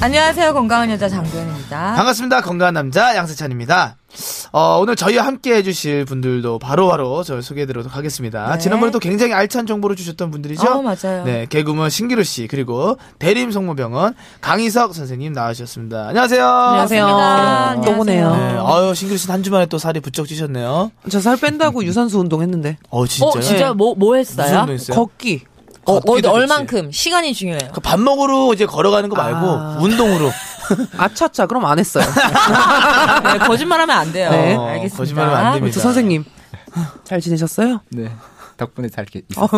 안녕하세요. 건강한 여자 장도연입니다. 반갑습니다 건강한 남자 양세찬입니다 어, 오늘 저희와 함께 해주실 분들도 바로바로 저희 소개해드리도록 하겠습니다 네. 지난번에도 굉장히 알찬 정보를 주셨던 분들이죠 어, 맞아요. 네 개그우먼 신기루 씨 그리고 대림성모병원 강희석 선생님 나와주셨습니다 안녕하세요 반갑습니다. 또 보네요. 네, 아유 신기루 씨는 한 주만에 또 살이 부쩍 찌셨네요 저 살 뺀다고 유산소 운동 했는데 어 진짜요? 어, 진짜 뭐, 뭐 무슨 했어요? 운동 했어요? 걷기 어, 어, 걷기도 좋지. 얼만큼? 시간이 중요해요. 그 밥 먹으러 이제 걸어가는 거 말고 아. 운동으로 아차차 그럼 안 했어요. 네, 거짓말하면 안 돼요. 네. 어, 알겠습니다. 거짓말하면 안 됩니다. 저 선생님 잘 지내셨어요? 네. 덕분에 잘 이렇게 있- 어,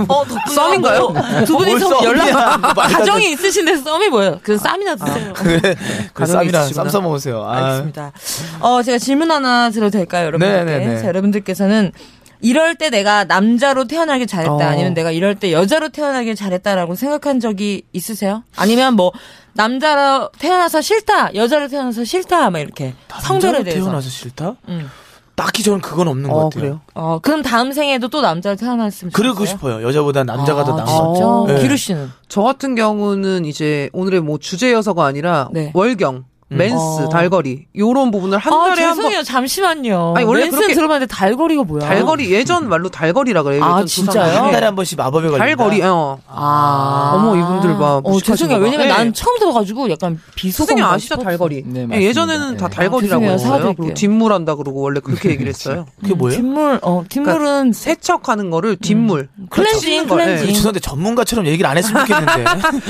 썸인가요? 두 분이서 벌써 연락 언니야. 뭐, 말도 안 가정이 있으신데 썸이 뭐예요? 그 쌈이나 드세요. 그래, 그 가정이 쌈이랑 있으시구나. 쌈 싸먹으세요. 아, 알겠습니다. 어, 제가 질문 하나 드려도 될까요, 여러분들께? 네, 네, 네. 자, 여러분들께서는 이럴 때 내가 남자로 태어나길 잘했다, 어. 아니면 내가 이럴 때 여자로 태어나길 잘했다라고 생각한 적이 있으세요? 아니면 뭐 남자로 태어나서 싫다, 여자로 태어나서 싫다, 막 이렇게 성별에 아. 남자로 대해서. 태어나서 싫다? 음. 딱히 저는 그건 없는 것 어 같아요. 그래요. 어, 그럼 다음 생에도 또 남자로 태어났으면 좋겠어요. 그러고 싶어요. 여자보다 남자가 더 아, 나은 진짜? 것 진짜? 같아요. 기루 네. 씨는 저 같은 경우는 이제 오늘의 뭐 주제여서가 아니라 네. 월경, 맨스, 어. 달거리 요런 부분을 한 아, 달에 한 죄송해요. 번. 잠시만요. 아니, 원래 원래 맨스는 그렇게- 들어봤는데 달거리가 뭐야? 달거리 예전 말로 달거리라 그래요. 아, 예전 진짜요? 조상. 한 네. 달에 한 번씩 마법에 걸린다. 달거리. 어. 아. 어머, 이분들 봐. 어, 무식하신 죄송해요. 거다. 왜냐면 네. 난 처음 들어가지고 약간 비속어. 선생님 아시죠 달거리? 네, 맞습니다. 예전에는 다 네. 달거리라고 아, 죄송해요. 했어요. 사과드릴게요. 그리고 뒷물한다 그러고 원래 그렇게 얘기를 했어요. 그게 뭐예요? 뒷물, 어, 뒷물은 세- 세척하는 거를 뒷물 클렌징, 씻는 걸, 클렌징. 예. 네, 죄송한데 전문가처럼 얘기를 안 했으면 좋겠는데.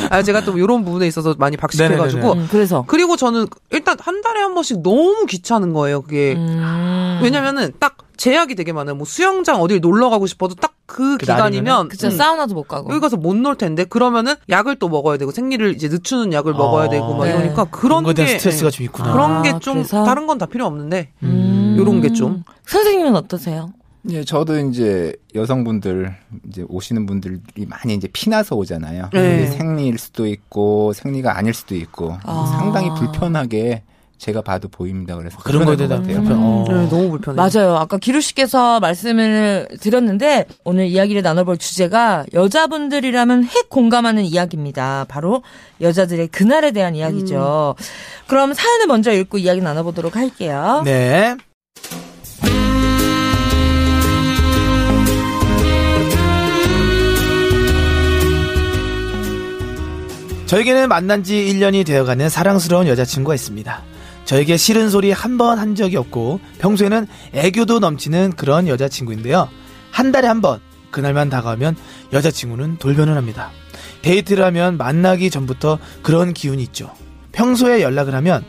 아 제가 또 이런 부분에 있어서 많이 박식해가지고 네네네네. 음, 그래서. 그리고 저는 일단 한 달에 한 번씩 너무 귀찮은 거예요 그게 음. 왜냐면은 딱 제약이 되게 많아요 뭐 수영장 어딜 놀러 가고 싶어도 딱 그 그 기간이면 그쵸, 음, 사우나도 못 가고. 여기 가서 못 놀 텐데 그러면은 약을 또 먹어야 되고 생리를 이제 늦추는 약을 먹어야 되고 막 네. 이러니까 그런 그런 거에 게 대한 스트레스가 예. 좀 있구나. 그런 아, 게 좀 그래서? 다른 건 다 필요 없는데 음. 요런 게 좀. 선생님은 어떠세요? 예, 저도 이제 여성분들 이제 오시는 분들이 많이 이제 피나서 오잖아요. 네. 이게 생리일 수도 있고 생리가 아닐 수도 있고 아. 상당히 불편하게 제가 봐도 보입니다. 그래서 아, 그런 거에 불편할 대한 것 불편. 어. 네, 너무 불편해요. 맞아요. 아까 기루 씨께서 말씀을 드렸는데 오늘 이야기를 나눠볼 주제가 여자분들이라면 핵 공감하는 이야기입니다. 바로 여자들의 그날에 대한 이야기죠. 음. 그럼 사연을 먼저 읽고 이야기 나눠보도록 할게요. 네. 저에게는 만난 지 1년이 되어가는 사랑스러운 여자친구가 있습니다. 저에게 싫은 소리 한 번 한 적이 없고 평소에는 애교도 넘치는 그런 여자친구인데요. 한 달에 한 번 그날만 다가오면 여자친구는 돌변을 합니다. 데이트를 하면 만나기 전부터 그런 기운이 있죠. 평소에 연락을 하면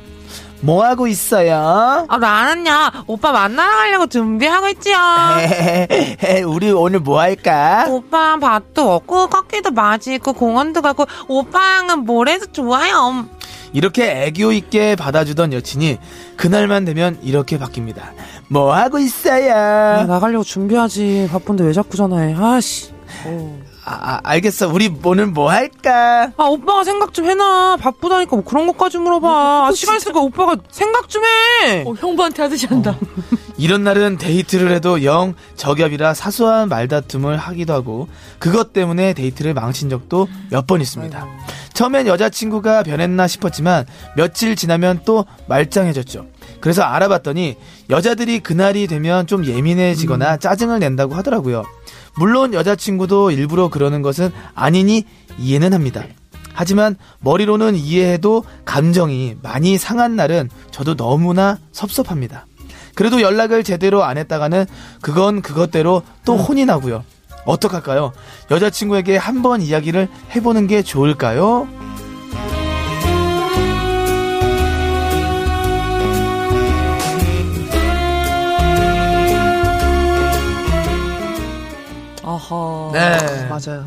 뭐 하고 있어요? 아, 나 안 왔냐? 오빠 만나러 가려고 준비하고 있지요? 네. 우리 오늘 뭐 할까? 오빠 밭도 먹고 커피도 마시고 공원도 가고 오빠랑은 모래도 좋아요. 이렇게 애교 있게 받아주던 여친이 그날만 되면 이렇게 바뀝니다. 뭐 하고 아, 있어요? 나가려고 준비하지. 바쁜데 왜 자꾸 전화해? 아씨. 아, 아, 알겠어. 우리 오늘 뭐 할까? 아 오빠가 생각 좀 해놔. 바쁘다니까 뭐 그런 것까지 물어봐. 아, 시간 있으니까 오빠가 생각 좀 해. 어, 형부한테 하듯이 한다. 이런 날은 데이트를 해도 영 저격이라 사소한 말다툼을 하기도 하고 그것 때문에 데이트를 망친 적도 몇 번 있습니다. 처음엔 여자친구가 변했나 싶었지만 며칠 지나면 또 말짱해졌죠. 그래서 알아봤더니 여자들이 그날이 되면 좀 예민해지거나 짜증을 낸다고 하더라고요. 물론 여자친구도 일부러 그러는 것은 아니니 이해는 합니다. 하지만 머리로는 이해해도 감정이 많이 상한 날은 저도 너무나 섭섭합니다. 그래도 연락을 제대로 안 했다가는 그건 그것대로 또 음. 혼이 나고요. 어떡할까요? 여자친구에게 한번 이야기를 해보는 게 좋을까요? 아, 허 네. 맞아요.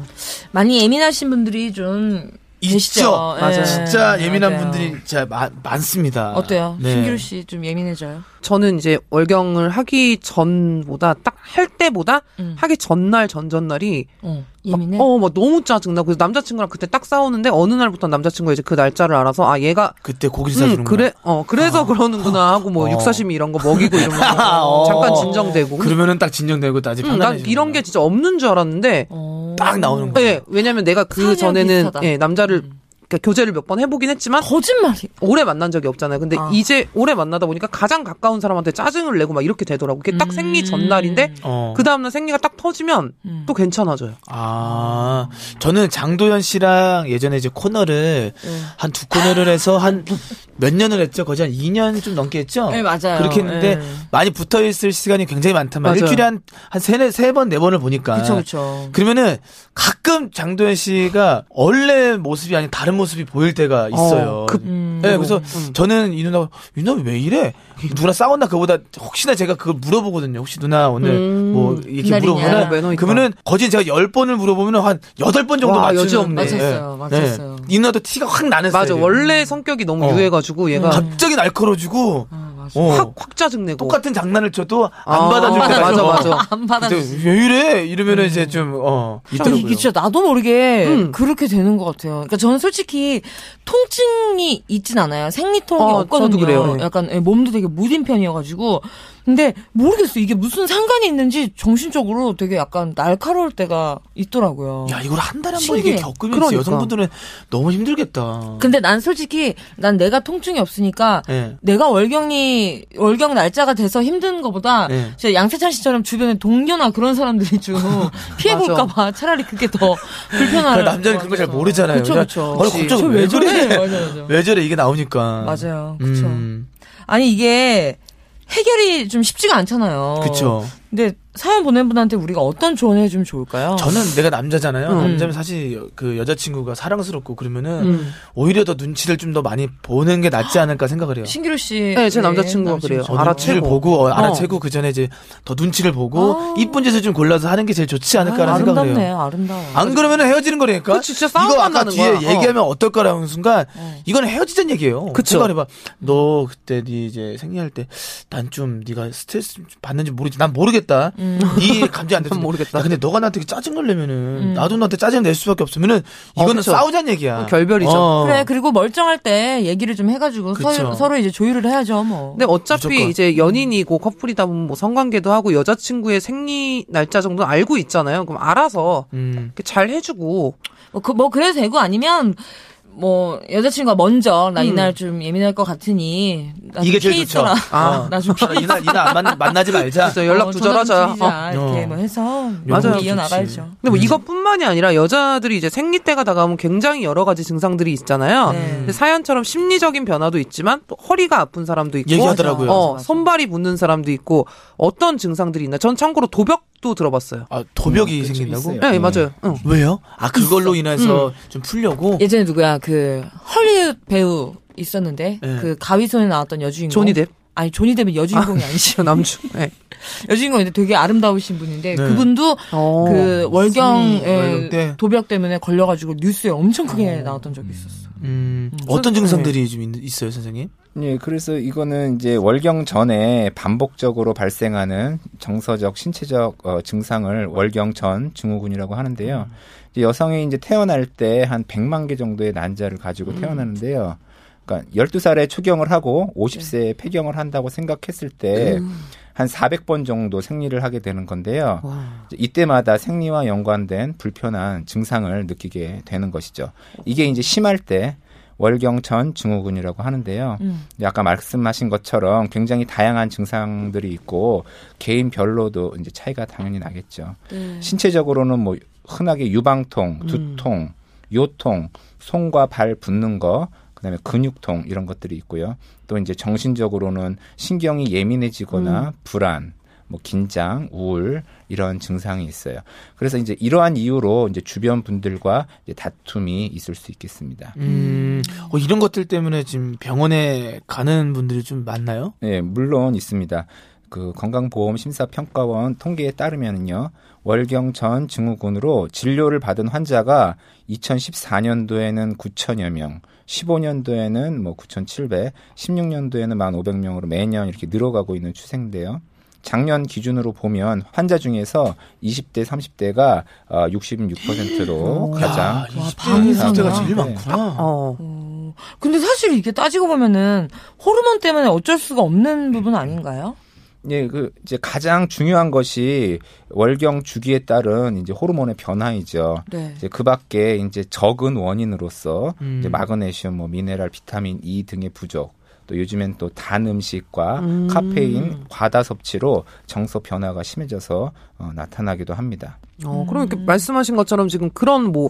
많이 예민하신 분들이 좀 계시죠. 있죠. 맞아요. 예. 진짜 예민한 맞아요. 분들이 진짜 마- 많습니다. 어때요? 네. 신기루 씨 좀 예민해져요? 저는 이제 월경을 하기 전보다 딱 할 때보다 음. 하기 전날 전전날이 어, 막, 예민해. 어, 막 너무 짜증나. 그래서 남자친구랑 그때 딱 싸우는데 어느 날부터 남자친구가 이제 그 날짜를 알아서 아 얘가 그때 고기 음, 사주는 아. 응, 그래, 어, 그래서 그러는구나 하고 뭐 어. 육사심이 이런 거 먹이고 이런 어. 거 잠깐 진정되고. 그러면은 딱 진정되고 나지. 음, 응, 난 이런 게 진짜 없는 줄 알았는데, 어. 딱 나오는 예, 거예요. 왜냐면 내가 그 사연이랑 전에는 비슷하다. 음. 예, 남자를 그러니까 교제를 몇 번 해보긴 했지만 거짓말이. 오래 만난 적이 없잖아요. 근데 아. 이제 오래 만나다 보니까 가장 가까운 사람한테 짜증을 내고 막 이렇게 되더라고. 그게 딱 생리 전날인데 어. 그 다음날 생리가 딱 터지면 음. 또 괜찮아져요. 아, 저는 장도연 씨랑 예전에 이제 코너를 네. 한 두 코너를 해서 한 몇 년을 했죠? 거의 한 2년 좀 넘게 했죠? 네, 맞아요. 그렇게 했는데 네. 많이 붙어 있을 시간이 굉장히 많단 말이에요. 맞아요. 일주일에 한, 한 세네, 세 번, 네 번을 보니까. 그쵸 그쵸. 그러면은 가끔 장도연 씨가 원래 모습이 아닌 다른 모습이 보일 때가 있어요. 어, 급- 음. 네, 그래서 저는 이 누나, 이 누나 왜 이래? 누나 싸웠나? 그보다 혹시나 제가 그걸 물어보거든요. 혹시 누나 오늘 음. 뭐 이렇게 날이냐. 물어보면 매너 있다. 그러면은 거진 제가 열 번을 물어보면 한 여덟 번 정도 와, 맞추는 여지 없네. 맞췄어요, 네. 맞췄어요. 이 누나도 티가 확 나는 맞아, 스타일이에요. 원래 성격이 너무 어. 유해가지고 얘가 갑자기 날카로워지고 아, 맞아. 어, 확 확 짜증내고. 똑같은 장난을 쳐도 안 아, 받아줄 안 때가 맞아, 있어. 맞아. 안 받아. 근데 왜 이래? 이러면은 이제 좀어 아니, 있더라고요. 이게 진짜 나도 모르게 음. 그렇게 되는 것 같아요. 그러니까 저는 솔직히 통증이 있진 않아요. 생리통이 어, 없거든요. 저도 그래요. 네. 약간 예, 몸도 되게 무딘 편이어가지고. 근데 모르겠어. 이게 무슨 상관이 있는지 정신적으로 되게 약간 날카로울 때가 있더라고요. 야 이걸 한 달에 한 번 이게 어. 신기해. 겪으면서 그러니까. 여성분들은 너무 힘들겠다. 근데 난 솔직히 난 내가 통증이 없으니까 예. 내가 월경이 월경 날짜가 돼서 힘든 거보다 예. 진짜 양세찬 씨처럼 주변에 동료나 그런 사람들이 좀 피해 볼까 봐 차라리 그게 더 불편할 그러니까 남자는 그런 거 잘 모르잖아요. 그렇죠, 그렇죠. 아, 갑자기 왜 저래? 맞아요, 맞아요. 왜 저래 이게 나오니까. 맞아요. 그렇죠. 음, 아니 이게 해결이 좀 쉽지가 않잖아요. 그쵸. 근데 사연 보낸 분한테 우리가 어떤 조언을 해주면 좋을까요? 저는 내가 남자잖아요. 음. 남자면 사실 여- 그 여자친구가 사랑스럽고 그러면은 음. 오히려 더 눈치를 좀 더 많이 보는 게 낫지 않을까 생각을 해요. 신기루 씨, 네, 제 남자친구가 그래요. 저는 눈치를 알아채고. 보고 어, 알아채고 그 전에 이제 더 눈치를 보고 이쁜 짓을 좀 골라서 하는 게 제일 좋지 않을까라는 아, 생각을 해요. 아름답네, 아름다워. 안 그러면은 헤어지는 거라니까. 그치, 진짜 싸움 이거 아까 만나는 뒤에 거야. 어. 얘기하면 어떨까라는 순간 이건 헤어지자는 얘기예요. 그쵸. 생각해봐. 너 그때 네 이제 생리할 때 난 좀 네가 스트레스 좀 받는지 모르지. 난 모르겠다. 네 감지 안 돼서 음. 난 모르겠다. 음. 야, 근데 너가 나한테 이렇게 짜증을 내면은 나도 너한테 짜증 낼 수밖에 없으면은 이거는 어, 그쵸. 싸우자는 얘기야. 결별이죠. 어. 그래 그리고 멀쩡할 때 얘기를 좀 해가지고 그쵸. 서로, 서로 이제 조율을 해야죠 뭐. 근데 어차피 무조건. 이제 연인이고 커플이다 보면 뭐 성관계도 하고 여자친구의 생리 날짜 정도는 알고 있잖아요. 그럼 알아서 음. 이렇게 잘 해주고 뭐, 그, 뭐 그래도 되고 아니면 뭐 여자친구가 먼저 나 이날 좀 예민할 것 같으니 나 이게 좀 제일 피해 좋죠. 있어라. 아, 나좀 피해 이나 이나 안 만, 만나지 말자. 그래서 연락 어, 전화 두절하자. 좀 줄이자. 이렇게 어. 뭐 해서 맞아요. 맞아요. 이어 나가야죠. 좋지. 근데 뭐 이것뿐만이 아니라 여자들이 이제 생리 때가 다가오면 굉장히 여러 가지 증상들이 있잖아요. 네. 근데 사연처럼 심리적인 변화도 있지만 또 허리가 아픈 사람도 있고 얘기하더라고요. 어, 맞아. 손발이 붓는 사람도 있고 어떤 증상들이 있나. 전 참고로 도벽도 들어봤어요. 아, 도벽이 음, 생긴다고? 있어요. 네, 네. 맞아요. 음. 응. 왜요? 아, 그걸로 인해서 좀 풀려고 예전에 누구야 그 헐리우드 배우 있었는데 네. 그 가위손에 나왔던 여주인공 조니뎁. 아니 조니뎁은 여주인공이 아. 니시 저 남주. 네. 여주인공인데 되게 아름다우신 분인데 네. 그분도 어. 그 월경 때? 월경에 도벽 때문에 걸려가지고 뉴스에 엄청 크게 나왔던 적이 있었어. 음, 어떤 네. 증상들이 좀 있- 있어요, 선생님? 예, 그래서 이거는 이제 월경 전에 반복적으로 발생하는 정서적, 신체적 어, 증상을 월경 전 증후군이라고 하는데요. 이제 여성이 이제 태어날 때 한 100만 개 정도의 난자를 가지고 태어나는데요. 그러니까 12살에 초경을 하고 50세에 폐경을 한다고 생각했을 때 한 400번 정도 생리를 하게 되는 건데요. 이제 이때마다 생리와 연관된 불편한 증상을 느끼게 되는 것이죠. 이게 이제 심할 때 월경 전 증후군이라고 하는데요. 이제 아까 말씀하신 것처럼 굉장히 다양한 증상들이 있고 개인별로도 이제 차이가 당연히 나겠죠. 신체적으로는 뭐 흔하게 유방통, 두통, 요통, 손과 발 붓는 거, 그다음에 근육통 이런 것들이 있고요. 또 이제 정신적으로는 신경이 예민해지거나 불안, 뭐 긴장, 우울 이런 증상이 있어요. 그래서 이제 이러한 이유로 이제 주변 분들과 이제 다툼이 있을 수 있겠습니다. 음, 어, 이런 것들 때문에 지금 병원에 가는 분들이 좀 많나요? 예, 물론 있습니다. 그 건강보험심사평가원 통계에 따르면요. 월경 전 증후군으로 진료를 받은 환자가 2014년도에는 9천여 명, 15년도에는 뭐 9,700, 16년도에는 1,500명으로 매년 이렇게 늘어가고 있는 추세인데요. 작년 기준으로 보면 환자 중에서 20대, 30대가 66%로 가장 야, 20대 방이구나. 가 제일 네. 많구나. 어. 어, 근데 사실 이게 따지고 보면은 호르몬 때문에 어쩔 수가 없는 부분 아닌가요? 예, 그 이제 가장 중요한 것이 월경 주기에 따른 이제 호르몬의 변화이죠. 네. 이제 그밖에 이제 적은 원인으로서 음. 이제 마그네슘, 뭐 미네랄, 비타민 E 등의 부족. 또 요즘엔 또 단 음식과 음. 카페인 과다 섭취로 정서 변화가 심해져서 어, 나타나기도 합니다. 어, 그럼 이렇게 말씀하신 것처럼 지금 그런 뭐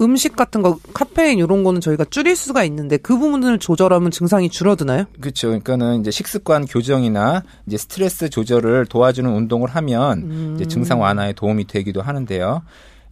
음식 같은 거 카페인 이런 거는 저희가 줄일 수가 있는데 그 부분을 조절하면 증상이 줄어드나요? 그렇죠. 그러니까는 이제 식습관 교정이나 이제 스트레스 조절을 도와주는 운동을 하면 이제 증상 완화에 도움이 되기도 하는데요.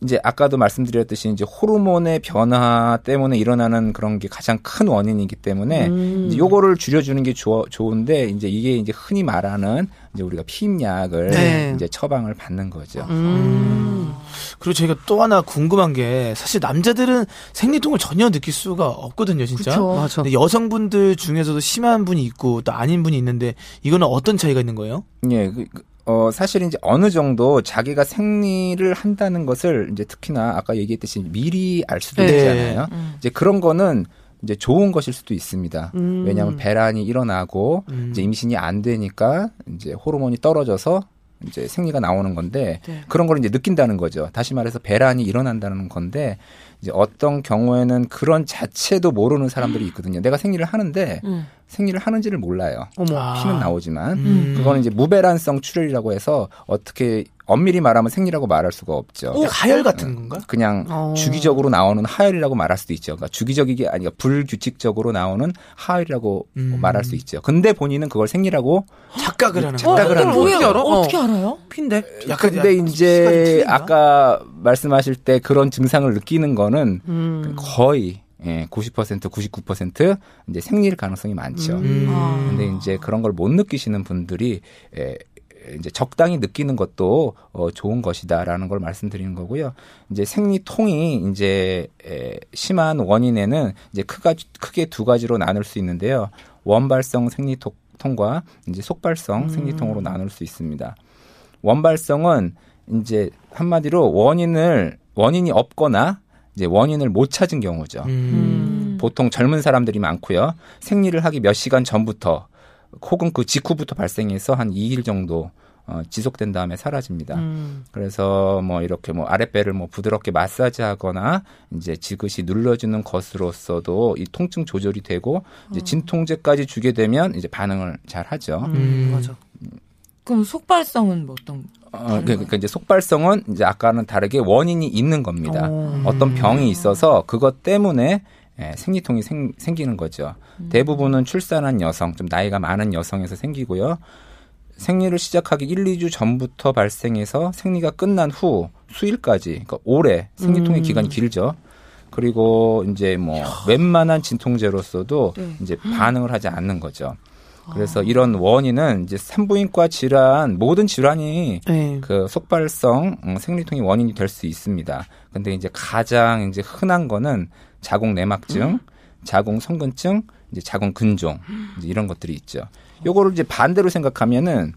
이제 아까도 말씀드렸듯이 이제 호르몬의 변화 때문에 일어나는 그런 게 가장 큰 원인이기 때문에 이제 요거를 줄여주는 게 좋, 좋은데 이제 이게 이제 흔히 말하는 이제 우리가 피임약을 네. 이제 처방을 받는 거죠. 음. 그리고 저희가 또 하나 궁금한 게 사실 남자들은 생리통을 전혀 느낄 수가 없거든요, 진짜. 그쵸. 맞아. 근데 여성분들 중에서도 심한 분이 있고 또 아닌 분이 있는데 이거는 어떤 차이가 있는 거예요? 예. 그, 그, 어, 사실 이제 어느 정도 자기가 생리를 한다는 것을 이제 특히나 아까 얘기했듯이 미리 알 수도 네. 있잖아요. 이제 그런 거는 이제 좋은 것일 수도 있습니다. 음. 왜냐하면 배란이 일어나고 음. 이제 임신이 안 되니까 이제 호르몬이 떨어져서 이제 생리가 나오는 건데 네. 그런 걸 이제 느낀다는 거죠. 다시 말해서 배란이 일어난다는 건데 이제 어떤 경우에는 그런 자체도 모르는 사람들이 있거든요. 내가 생리를 하는데 음. 생리를 하는지를 몰라요. 어머. 아. 피는 나오지만 음. 그거는 이제 무배란성 출혈이라고 해서 어떻게 엄밀히 말하면 생리라고 말할 수가 없죠. 오, 가열 같은 건가? 그냥 어. 주기적으로 나오는 하혈이라고 말할 수도 있죠. 그러니까 주기적이게 아니 라 불규칙적으로 나오는 하혈이라고 음. 말할 수 있죠. 근데 본인은 그걸 생리라고 착각을 하는 어, 거야. 근데 하는 왜 거죠. 알아? 어. 어떻게 알아요? 핀데. 약간 근데 약간 이제 시간이 틀린가? 아까 말씀하실 때 그런 증상을 느끼는 거는 음. 거의 예, 90% 99% 이제 생리일 가능성이 많죠. 음. 근데 이제 그런 걸 못 느끼시는 분들이 에, 이제 적당히 느끼는 것도 어, 좋은 것이다라는 걸 말씀드리는 거고요. 이제 생리통이 이제 에, 심한 원인에는 이제 크가, 크게 두 가지로 나눌 수 있는데요. 원발성 생리통과 이제 음. 속발성 생리통으로 나눌 수 있습니다. 원발성은 이제 한마디로 원인을 원인이 없거나 이제 원인을 못 찾은 경우죠. 음. 보통 젊은 사람들이 많고요. 생리를 하기 몇 시간 전부터 혹은 그 직후부터 발생해서 한 2일 정도 어, 지속된 다음에 사라집니다. 음. 그래서 뭐 이렇게 뭐 아랫배를 뭐 부드럽게 마사지하거나 이제 지그시 눌러주는 것으로서도 이 통증 조절이 되고 이제 진통제까지 주게 되면 이제 반응을 잘 하죠. 어. 음. 맞아. 그럼 속발성은 뭐 어떤? 어, 그- 그러니까 이제 속발성은 이제 아까는 다르게 원인이 있는 겁니다. 어떤 병이 있어서 그것 때문에 예, 생리통이 생, 기는 거죠. 대부분은 출산한 여성, 좀 나이가 많은 여성에서 생기고요. 생리를 시작하기 1, 2주 전부터 발생해서 생리가 끝난 후 수일까지, 그러니까 오래 생리통의 기간이 길죠. 그리고 음. 이제 뭐 웬만한 진통제로서도 이제 반응을 하지 않는 거죠. 그래서 이런 원인은 이제 산부인과 질환 모든 질환이 네. 그 속발성 음, 생리통이 원인이 될 수 있습니다. 근데 이제 가장 이제 흔한 거는 자궁 내막증, 자궁 성근증, 이제 자궁 근종 이제 이런 것들이 있죠. 요거를 이제 반대로 생각하면은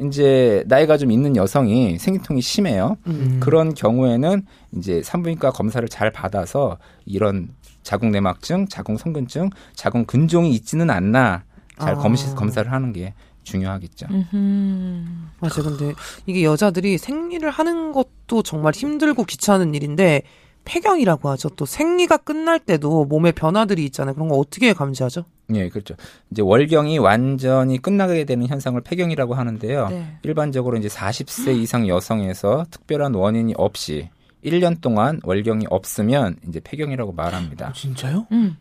이제 나이가 좀 있는 여성이 생리통이 심해요. 음. 그런 경우에는 이제 산부인과 검사를 잘 받아서 이런 자궁 내막증, 자궁 성근증, 자궁 근종이 있지는 않나 잘 아. 검시, 검사를 하는 게 중요하겠죠. 음. 맞아. 근데 이게 여자들이 생리를 하는 것도 정말 힘들고 귀찮은 일인데 폐경이라고 하죠. 또 생리가 끝날 때도 몸에 변화들이 있잖아요. 그런 거 어떻게 감지하죠? 예, 그렇죠. 이제 월경이 완전히 끝나게 되는 현상을 폐경이라고 하는데요. 네. 일반적으로 이제 40세 이상 여성에서 특별한 원인이 없이 1년 동안 월경이 없으면 이제 폐경이라고 말합니다. 진짜요? 음.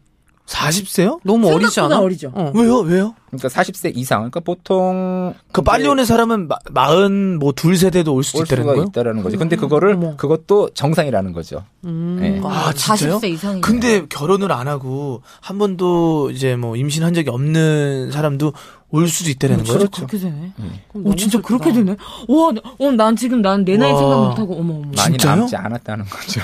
40세요? 너무 어리지 생각보다 않아? 어리죠. 어. 왜요? 왜요? 그러니까 40세 이상, 그러니까 보통 그 빨리 오는 사람은 마, 마흔 뭐 둘 세대도 올 수도 올 있다는 수가 거예요? 있다라는 음, 거죠. 근데 그거를 그것도 정상이라는 거죠. 예. 아, 진짜요? 40세 네. 이상이. 근데 결혼을 안 하고 한 번도 이제 뭐 임신한 적이 없는 사람도 올 수도 음, 있다라는 음, 진짜 거죠. 음. 그렇게 되네. 그럼 오 너무 진짜 슬프다. 그렇게 되네. 와, 나- 어, 난 지금 난 내 나이 와. 생각 못하고 어머 어머. 많이 진짜요? 남지 않았다는 거죠.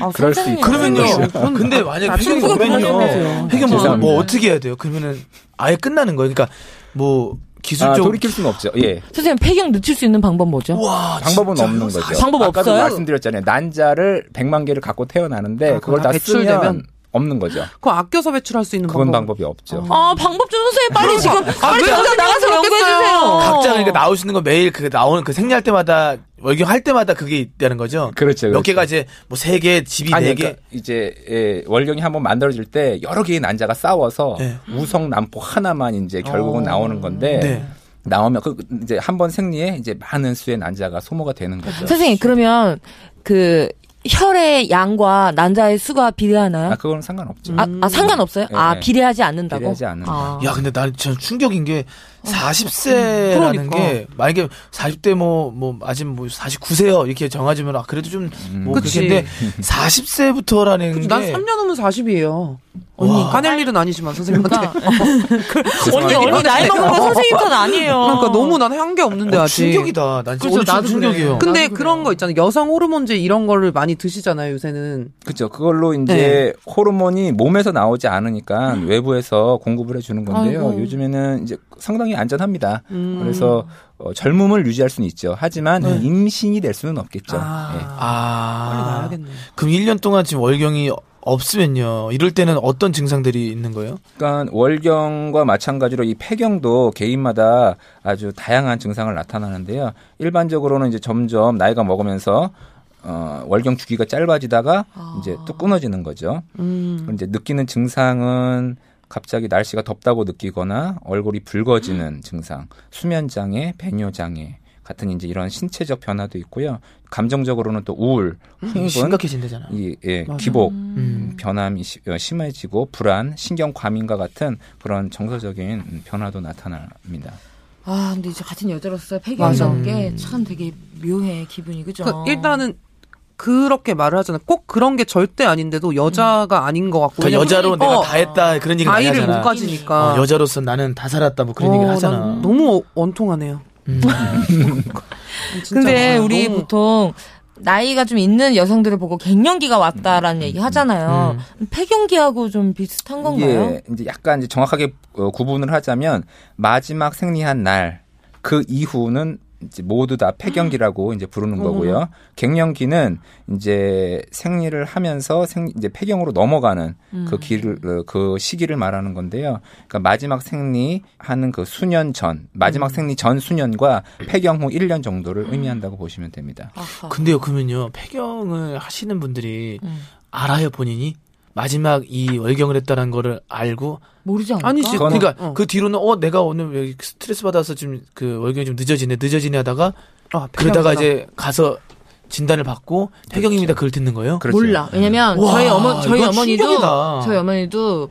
아, 그럴 수 선생님. 있- 그러면요. 그건 근데 만약 회견이 친구가 오면요. 그만해요. 회견 뭐, 죄송합니다. 뭐 어떻게 해야 돼요? 그러면은 아예 끝나는 거예요. 그러니까 뭐 아, 기술적 돌이킬 수는 없죠. 예. 선생님 폐경 늦출 수 있는 방법 뭐죠? 와 아, 방법은 진짜요? 없는 거죠. 사실- 방법 아까도 없어요? 말씀드렸잖아요. 난자를 100만 개를 갖고 태어나는데 아, 그걸 그거 다 다 배출되면? 쓰면 없는 거죠. 그거 아껴서 배출할 수 있는 그건 방법. 방법이 없죠. 아 방법 좀 선생님 빨리 지금 빨리 왜 당장 혼자 나가서 나가서 연구해 주세요. 연구했어요? 아, 각자 그러니까 나오시는 거 매일 그 나오는 그 생리할 때마다 월경할 때마다 그게 있다는 거죠. 그렇죠, 몇 그렇죠. 개가 이제 뭐 세 개, 집이 아니 네 개. 그러니까 이제 예, 월경이 한번 만들어질 때 여러 개의 난자가 싸워서 네. 우성남포 하나만 이제 결국은 나오는 건데 네. 나오면 그 이제 한 번 생리에 이제 많은 수의 난자가 소모가 되는 거죠. 선생님 그러면 그 혈의 양과 난자의 수가 비례하나요? 아 그건 상관없죠. 아, 음. 아, 상관없어요? 예, 네, 아 네. 비례하지 않는다고? 비례하지 않는다. 아. 야, 근데 난 전 충격인 게 40세라는 어, 그러니까. 게 만약에 40대 뭐, 뭐, 아직 뭐 49세요. 이렇게 정하지면 아, 그래도 좀 뭐, 음. 그치. 그렇겠는데 40세부터라는 게. 그치, 난 3년 후면 40이에요. 언니, 까낼 일은 아니지만, 선생님한테. 그러니까, 언니 언니 나이 먹은 거 선생님 탓 아니에요. 그러니까 너무 난 한 게 없는데, 어, 아직. 충격이다. 난 진짜 그렇죠, 오늘 진짜 나도 충격이에요. 그래요. 근데 나도 그런 거 있잖아요. 여성 호르몬제 이런 거를 많이 드시잖아요, 요새는. 그렇죠. 그걸로 이제 네. 호르몬이 몸에서 나오지 않으니까 외부에서 공급을 해주는 건데요. 아이고. 음. 요즘에는 이제 상당히 안전합니다. 그래서 어, 젊음을 유지할 수는 있죠. 하지만 임신이 될 수는 없겠죠. 예. 네. 아, 빨리 아. 나야겠네. 그럼 1년 동안 지금 월경이 없으면요. 이럴 때는 어떤 증상들이 있는 거예요? 그러니까 월경과 마찬가지로 이 폐경도 개인마다 아주 다양한 증상을 나타나는데요. 일반적으로는 이제 점점 나이가 먹으면서 어, 월경 주기가 짧아지다가 이제 또 끊어지는 거죠. 그럼 이제 느끼는 증상은 갑자기 날씨가 덥다고 느끼거나 얼굴이 붉어지는 증상, 수면 장애, 배뇨 장애 같은 이제 이런 신체적 변화도 있고요. 감정적으로는 또 우울, 음, 음, 흥분, 심각해진다잖아. 이, 예, 기복, 음. 변함이 시- 어, 심해지고 불안, 신경 과민과 같은 그런 정서적인 음, 변화도 나타납니다. 아 근데 이제 같은 여자로서 맞아. 음. 폐경이라는 게 참 되게 묘해 기분이 그죠? 그러니까 일단은, 그렇게 말을 하잖아요. 꼭 그런 게 절대 아닌데도 여자가 아닌 것 같고. 그러니까 왜냐면 여자로 어, 내가 다 했다 그런 얘기 많이 아이를 하잖아. 못 가지니까. 어, 여자로서 나는 다 살았다 뭐 그런 어, 얘기를 난 하잖아. 너무 원통하네요. 음. 진짜. 근데 아, 우리 너무- 보통 나이가 좀 있는 여성들을 보고 갱년기가 왔다라는 얘기 하잖아요. 음. 폐경기하고 좀 비슷한 건가요? 예. 이게 이제 약간 이제 정확하게 어, 구분을 하자면 마지막 생리한 날 그 이후는 이제 모두 다 폐경기라고 이제 부르는 거고요. 갱년기는 이제 생리를 하면서 생 이제 폐경으로 넘어가는 그 음. 길을 어, 그 시기를 말하는 건데요. 그러니까 마지막 생리하는 그 수년 전 음. 마지막 생리 전 수년과 폐경 후 1년 정도를 의미한다고 보시면 됩니다. 아하. 근데요 그러면요 폐경을 하시는 분들이 음. 알아요 본인이 마지막 이 월경을 했다는 거를 알고 모르지 않을까? 아니지. 그거는- 그러니까 어. 그 뒤로는 어 내가 오늘 여기 스트레스 받아서 지금 그 월경이 좀 늦어지네 늦어지네 하다가 아, 그러다가 폐경이다. 이제 가서 진단을 받고 폐경입니다 그걸 듣는 거예요. 그렇죠. 몰라. 왜냐면 와, 저희 어머 저희 이건 어머니도 충격이다. 저희 어머니도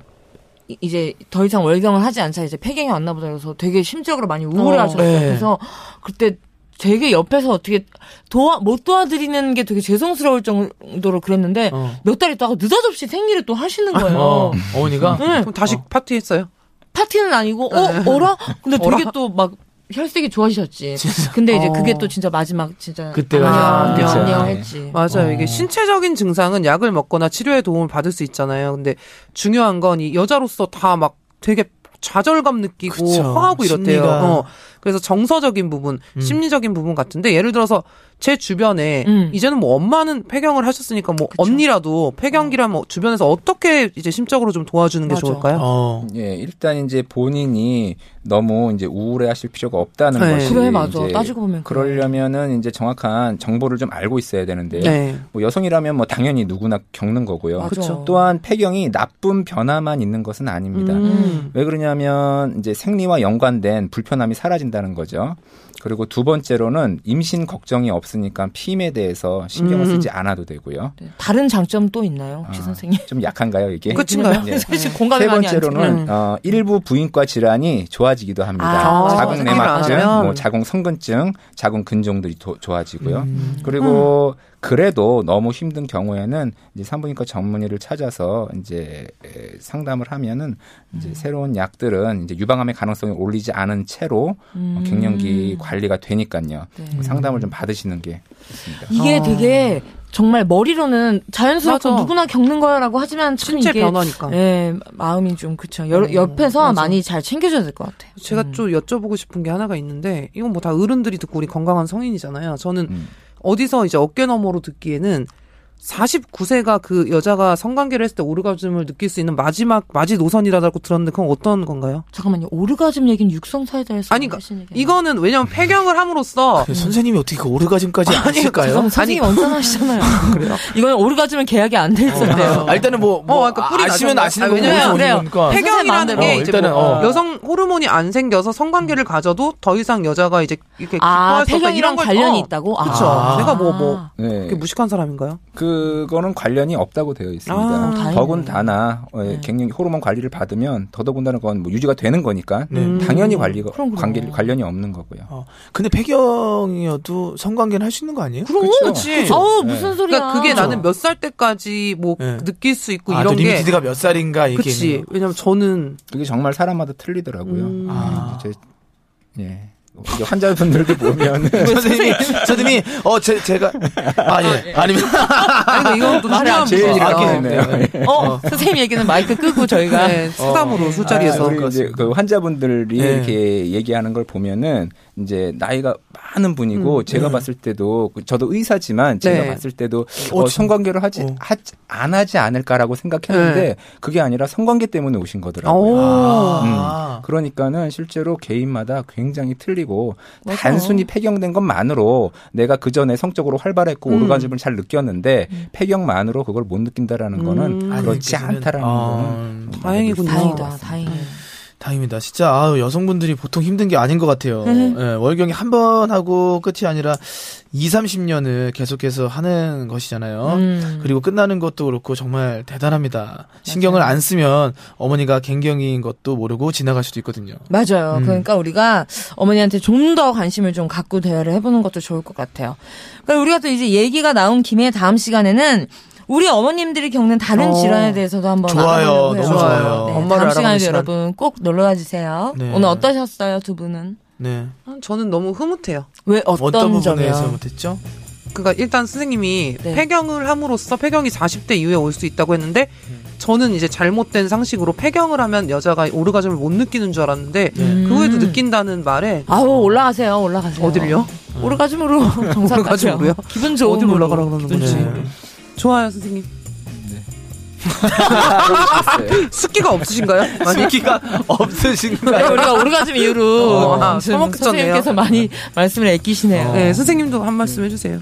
이- 이제 더 이상 월경을 하지 않자 이제 폐경이 왔나 보다 그래서 되게 심적으로 많이 우울해하셨어요. 네. 그래서 그때 되게 옆에서 어떻게 도와 못 도와드리는 게 되게 죄송스러울 정도로 그랬는데 어. 몇 달 있다가 느닷없이 생리를 또 하시는 거예요. 어, 어머니가 네. 그럼 다시 파티했어요. 파티는 아니고 네. 어 어라? 근데 되게 어라? 또 막 혈색이 좋아지셨지. 근데 이제 어. 그게 또 진짜 마지막 진짜 그때가 안녕 진짜. 안녕 네. 했지. 맞아요. 어. 이게 신체적인 증상은 약을 먹거나 치료의 도움을 받을 수 있잖아요. 근데 중요한 건 이 여자로서 다 막 되게 좌절감 느끼고 그쵸. 화하고 이렇대요. 심리가. 어. 그래서 정서적인 부분, 심리적인 부분 같은데 예를 들어서 제 주변에 음. 이제는 뭐 엄마는 폐경을 하셨으니까 뭐 언니라도 폐경기라면 주변에서 어떻게 이제 심적으로 좀 도와주는 게 맞아. 좋을까요? 어. 예, 일단 이제 본인이 너무 이제 우울해하실 필요가 없다는 네. 것이 그래, 맞아. 이제 따지고 보면 그래. 그러려면은 이제 정확한 정보를 좀 알고 있어야 되는데요. 네. 뭐 여성이라면 뭐 당연히 누구나 겪는 거고요. 맞아. 그쵸. 또한 폐경이 나쁜 변화만 있는 것은 아닙니다. 음. 왜 그러냐면 이제 생리와 연관된 불편함이 사라진다는 거죠. 그리고 두 번째로는 임신 걱정이 없으니까 피임에 대해서 신경을 쓰지 않아도 되고요. 네. 다른 장점 또 있나요, 혹시 아, 음. 선생님? 좀 약한가요, 이게? 끝인가요? 예. 사실 공감이 세 많이 안 되는. 번째로는 어, 일부 부인과 질환이 좋아지기도 합니다. 아, 음. 맞아, 맞아. 자궁 생리를 안 내막증, 하면. 음. 뭐 자궁 성근증, 자궁 근종들이 도- 좋아지고요. 그리고 그래도 너무 힘든 경우에는 이제 산부인과 전문의를 찾아서 이제 에, 상담을 하면은 음. 이제 새로운 약들은 이제 유방암의 가능성이 올리지 않은 채로 음. 어, 갱년기 관리가 되니까요. 네. 상담을 좀 받으시는 게 좋습니다. 이게 어. 되게 정말 머리로는 자연스럽고 맞아. 누구나 겪는 거라고 하지만 참 신체 이게 변화니까. 예, 마음이 좀 그쵸. 여, 음, 옆에서 맞아. 많이 잘 챙겨줘야 될 것 같아요. 제가 음. 좀 여쭤보고 싶은 게 하나가 있는데 이건 뭐 다 어른들이 듣고 우리 건강한 성인이잖아요. 저는 음. 어디서 이제 어깨 너머로 듣기에는 49세가 그 여자가 성관계를 했을 때 오르가즘을 느낄 수 있는 마지막 마지 노선이라고 들었는데 그건 어떤 건가요? 잠깐만요. 오르가즘 얘기는 육성 사이다에서 아니, 그러니까 하신 얘기. 아니에요? 이거는 왜냐면 폐경을 함으로써 선생님이 어떻게 음. 그 오르가즘까지 아실까요? 잠깐만, 선생님 원장하시잖아요. 그래요? 네. 이건 오르가즘은 계약이 안 돼 있었대요. 아, 일단은 뭐, 뭐 어, 그러니까 뿌리 아, 시면 나셨나요? 아시는 아, 거고 왜냐면 어디서 오는 그래요. 거니까. 폐- 폐경이라는 마음대로. 게 어, 이제 일단은, 뭐 어. 여성 호르몬이 안 생겨서 성관계를 가져도 더 이상 여자가 이제 이렇게 아, 그 기뻐할 수 없다 폐경이랑 이런 걸 관련이 어. 있다고? 그쵸. 아. 내가 뭐, 뭐. 네. 그게 무식한 사람인가요? 그거는 관련이 없다고 되어 있습니다. 아, 다행이네요. 네. 더군다나 어, 갱년 호르몬 관리를 받으면 더더군다나 그건 뭐 유지가 되는 거니까 당연히 관리가 그럼, 그럼. 관계 관련이 없는 거고요. 어. 근데 폐경이어도 성관계는 할 수 있는 거 아니에요? 그럼 그쵸. 그치. 아우 네. 무슨 소리야. 그러니까 그게 나는 몇 살 때까지 뭐 네. 느낄 수 있고 아, 또 이런 게 리미티드가 몇 살인가 얘기는. 그치. 왜냐면 저는 그게 정말 사람마다 틀리더라고요. 음. 아. 제, 예. 이제 환자분들도 보면 선생님이, 선생님이, 어, 제, 제가, 아, 예. 아니면, 아니 이건 또 말이 안 중요한 제 얘기를 문제니까. 하게 아, 됐네요. 네. 예. 어, 선생님 얘기는 마이크 끄고 저희가 어. 네. 네, 수감으로 아, 술자리에서 우리 이제 그 환자분들이 네. 이렇게 얘기하는 걸 보면은 이제 나이가 많은 분이고 제가 봤을 때도 그 저도 의사지만 제가 네. 봤을 때도 어, 어, 성관계를 하지 어. 하- 안 하지 않을까라고 생각했는데 네. 그게 아니라 성관계 때문에 오신 거더라고요. 음. 오. 아, 예. 아. 그러니까는 실제로 개인마다 굉장히 틀리고 맞아. 단순히 폐경된 것만으로 내가 그 전에 성적으로 활발했고 오르가즘을 잘 느꼈는데 폐경만으로 그걸 못 느낀다라는 안 거는 아, 그렇지 느껴지는- 않다라는 어. 거는 좀 다행이군요. 알고 있을 것 다행이다, 같습니다. 다행이에요. 다행입니다. 진짜 아유, 여성분들이 보통 힘든 게 아닌 것 같아요. 예, 월경이 한 번 하고 끝이 아니라 2, 30년을 계속해서 하는 어? 것이잖아요. 음. 그리고 끝나는 것도 그렇고 정말 대단합니다. 신경을 안 쓰면 어머니가 갱경인 것도 모르고 지나갈 수도 있거든요. 맞아요. 음. 그러니까 우리가 어머니한테 좀 더 관심을 좀 갖고 대화를 해보는 것도 좋을 것 같아요. 그러니까 우리가 또 이제 얘기가 나온 김에 다음 시간에는 우리 어머님들이 겪는 다른 어. 질환에 대해서도 한번 좋아요. 알아보려고 해요. 너무 좋아요. 네, 엄마를 다음 시간에도 알아보는 시간. 여러분 꼭 놀러 와 주세요. 네. 오늘 어떠셨어요, 두 분은? 네. 저는 너무 흐뭇해요. 왜 어떤 어떤 부분에서 점이요? 못했죠? 그러니까 일단 선생님이 네. 폐경을 함으로써 폐경이 40대 이후에 올 수 있다고 했는데 저는 이제 잘못된 상식으로 폐경을 하면 여자가 오르가즘을 못 느끼는 줄 알았는데 그 후에도 느낀다는 말에 네. 음. 아우 올라가세요, 올라가세요. 어딜요? 오르가즘으로 정상 가세요. 오르가즘으로요? 기분 좋은 어디로 걸로. 네. 올라가라 그러는 기분 거지? 좋은 네. 걸로. 좋아요 선생님. 알아보셨어요? 습기가 없으신가요? 많이? 기가 네, 없으신가요? 우리가 오르가즘 이후로 어, 아, 지금 서먹해졌네요. 선생님께서 많이 말씀을 아끼시네요. 네 선생님도 한 말씀 해주세요.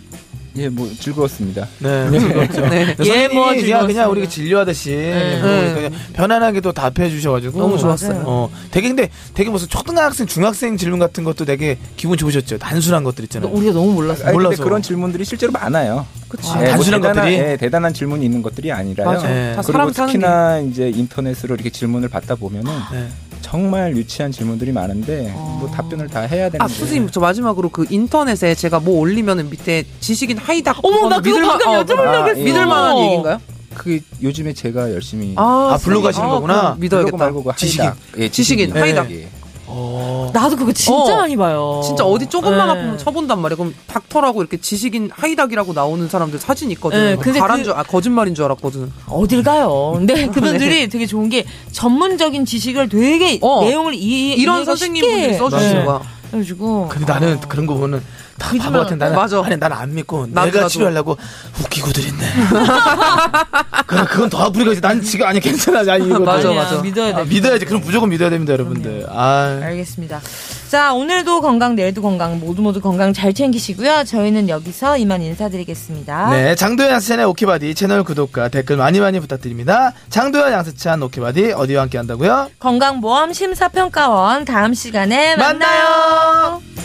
예, 뭐 즐거웠습니다. 네. 네. 예, 뭐 선생님이 그냥, 즐거웠습니다. 그냥 우리 진료하듯이 네. 그냥 편안하게 또 답해 주셔가지고 너무 좋았어요. 맞아요. 어, 되게 근데 되게 무슨 초등학생, 중학생 질문 같은 것도 되게 기분 좋으셨죠. 단순한 것들 너- 있잖아요. 우리가 너무 몰랐어. 아니, 근데 몰라서. 그런 질문들이 실제로 많아요. 그치. 아, 단순한 대단한, 것들이? 예, 대단한 질문이 있는 것들이 아니라요. 맞아. 네. 다 그리고 사람 사는 게. 아, 특히나 이제 인터넷으로 이렇게 질문을 받다 보면은 네. 정말 유치한 질문들이 많은데 뭐 답변을 다 해야 되는데. 어. 네. 아 선생님 저 마지막으로 그 인터넷에 제가 뭐 올리면은 밑에 지식인 하이닥. 어머, 나 그거는 그거 믿을만- 방금 어, 여쭤보려고 아, 했어. 예. 믿을만한 얘기인가요? 그게 요즘에 제가 열심히 아, 블로그 하시는 거구나. 그럼 블로그 믿어야겠다. 말고 그 지식인. 하이닥. 예, 지식인, 하이닥. 예. 어. 나도 그거 진짜 어. 많이 봐요. 진짜 어디 조금만 네. 아프면 쳐본단 말이야. 그럼 닥터라고 이렇게 지식인 하이닥이라고 나오는 사람들 사진 있거든. 네, 네, 근데 가란 그- 줄, 아, 거짓말인 줄 알았거든. 어딜 가요. 근데 그분들이 되게 좋은 게 전문적인 지식을 되게 어. 내용을 이해 이런 이해가 쉽게 선생님분들이 써주시는 네. 거야. 그래가지고 근데 나는 그런 거 보면은 다 바보 같은 나는 맞아. 아니 난 안 믿고 나도, 내가 나도. 치료하려고 웃기고들 있네. 그럼 그건 더 아프리가 이제 난 지금 아니 괜찮아. 아니 이거 맞아, 아니야, 맞아. 믿어야 돼. 아, 믿어야지. 그럼 무조건 믿어야 됩니다, 여러분들. 아. 알겠습니다. 자 오늘도 건강 내일도 건강 모두 모두 건강 잘 챙기시고요. 저희는 여기서 이만 인사드리겠습니다. 네, 장도연 양세찬의 오케바디 채널 구독과 댓글 많이 많이 부탁드립니다. 장도연 양세찬 오케바디 어디와 함께 한다고요? 건강보험 심사평가원 다음 시간에 만나요. 만나요.